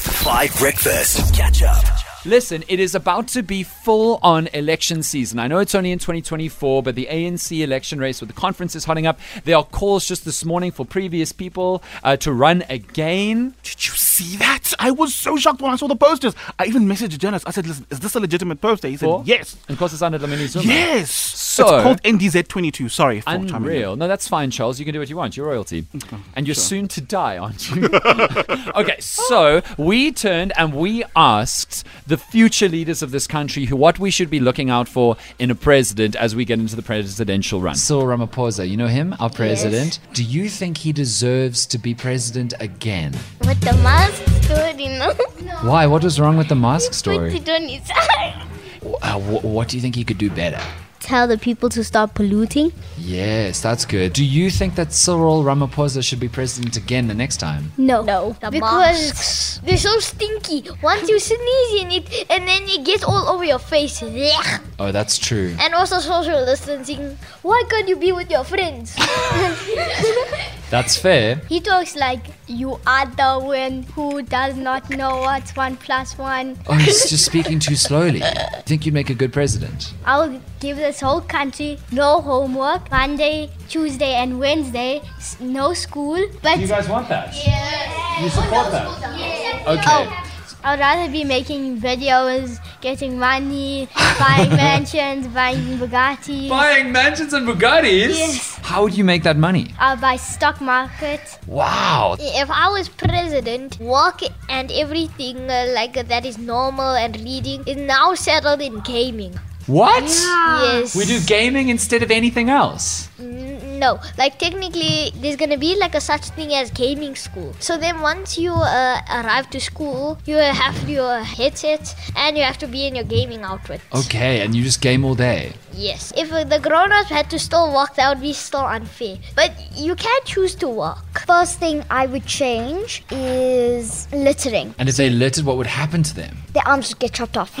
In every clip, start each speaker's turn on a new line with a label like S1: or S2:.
S1: Five Breakfast. Catch up.
S2: Listen, it is about to be full on election season. I know it's only in 2024, but the ANC election race with the conference is hotting up. There are calls just this morning for previous people uh, to run again.
S3: Did you see that? I was so shocked when I saw the posters. I even messaged Jonas. I said, listen, is this a legitimate poster? He said,
S2: For-
S3: yes.
S2: And Nkosazana Dlamini Zuma.
S3: Yes.
S2: So-
S3: it's called NDZ22. Sorry for chiming in.
S2: Unreal. No, that's fine, Charles. You can do what you want. You're royalty. and you're soon to die, aren't you? okay, so we turned and we asked the future leaders of this country who what we should be looking out for in a president as we get into the presidential run. Cyril Ramaphosa, you know him, our president. Do you think he deserves to be president again?
S4: With the mask story, no? No.
S2: Why? What was wrong with the mask
S4: Put it on his eye.
S2: Uh, wh- what do you think he could do better?
S4: Tell the people to stop polluting?
S2: Yes, that's good. Do you think that Cyril Ramaphosa should be president again the next time?
S4: No. No. The
S5: because they're so stinky. Once you sneeze in it, and then it gets all over your face. Blech.
S2: Oh, that's true.
S5: And also social distancing. Why can't you be with your friends?
S2: That's fair.
S4: He talks like you are the one who does not know what's one plus one.
S2: Oh, he's just speaking too slowly. Think you'd make a good president?
S4: I'll give this whole country no homework Monday, Tuesday, and Wednesday, s- no school. But
S2: guys want that? Yes. You support that? Okay.
S4: Oh, I'd rather be making videos, getting money, buying mansions, buying Bugatti.
S2: Buying mansions and Bugattis?
S4: Yes.
S2: How would you make that money?
S4: I'll buy stock market.
S2: Wow.
S5: if I was president, work and everything uh, like that is normal and reading is now settled in gaming.
S2: What?
S4: Ah.
S5: Yes.
S2: We do gaming instead of anything else.
S5: N- No, like technically, there's gonna be like a such thing as gaming school. So then, once you uh, arrive to school, you have your headset and you have to be in your gaming outfit.
S2: Okay, and you just game all day.
S5: Yes. If uh, the grown-ups had to still walk, that would be still unfair. But you can choose to walk.
S6: First thing I would change is littering.
S2: And if they littered, what would happen to them?
S6: Their arms would get chopped off.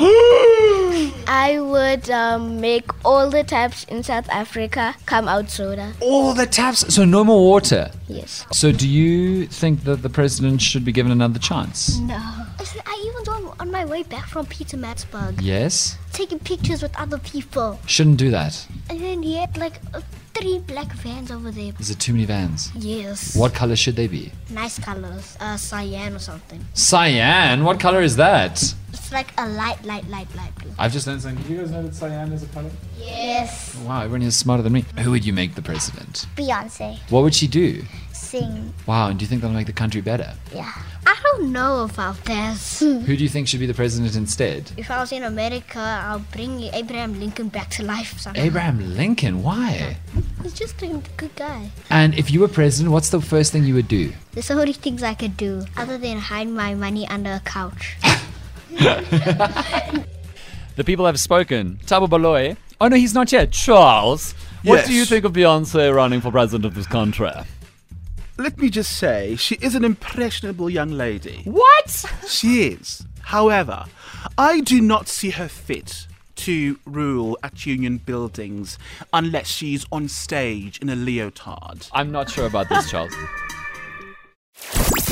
S4: I would um, make all the taps in South Africa come out soda.
S2: All the taps. So no more water.
S4: Yes.
S2: So do you think that the president should be given another chance?
S6: I even do on my way back from Peter Matzburg,
S2: Yes.
S6: taking pictures with other people.
S2: Shouldn't do that.
S6: And then he had like uh, three black vans over there.
S2: Is it too many vans?
S6: Yes.
S2: What color should they be?
S6: Nice colors. Uh, cyan or something.
S2: Cyan. What color is that?
S6: It's like a light, light, light, light blue.
S2: I've just learned something. Do you guys know that cyan is a color?
S6: Yes.
S2: Wow, everyone is smarter than me. Who would you make the president?
S6: Beyonce.
S2: What would she do?
S6: Sing.
S2: Wow, and do you think that'll make the country better?
S6: Yeah. I don't know about this.
S2: Who do you think should be the president instead?
S6: If I was in America, I'll bring Abraham Lincoln back to life. Somehow.
S2: Abraham Lincoln, why?
S6: He's just a good guy.
S2: And if you were president, what's the first thing you would do?
S6: There's so many things I could do other than hide my money under a couch.
S2: The people have spoken. Tabo Baloye. Oh no, he's not yet. Charles. What
S3: Yes. you think
S2: of Beyonce running for president of this country?
S3: Let me just say, she is an impressionable young lady.
S2: What?
S3: She is. However, I do not see her fit to rule at union buildings unless she's on stage in a leotard.
S2: I'm not sure about this, Charles.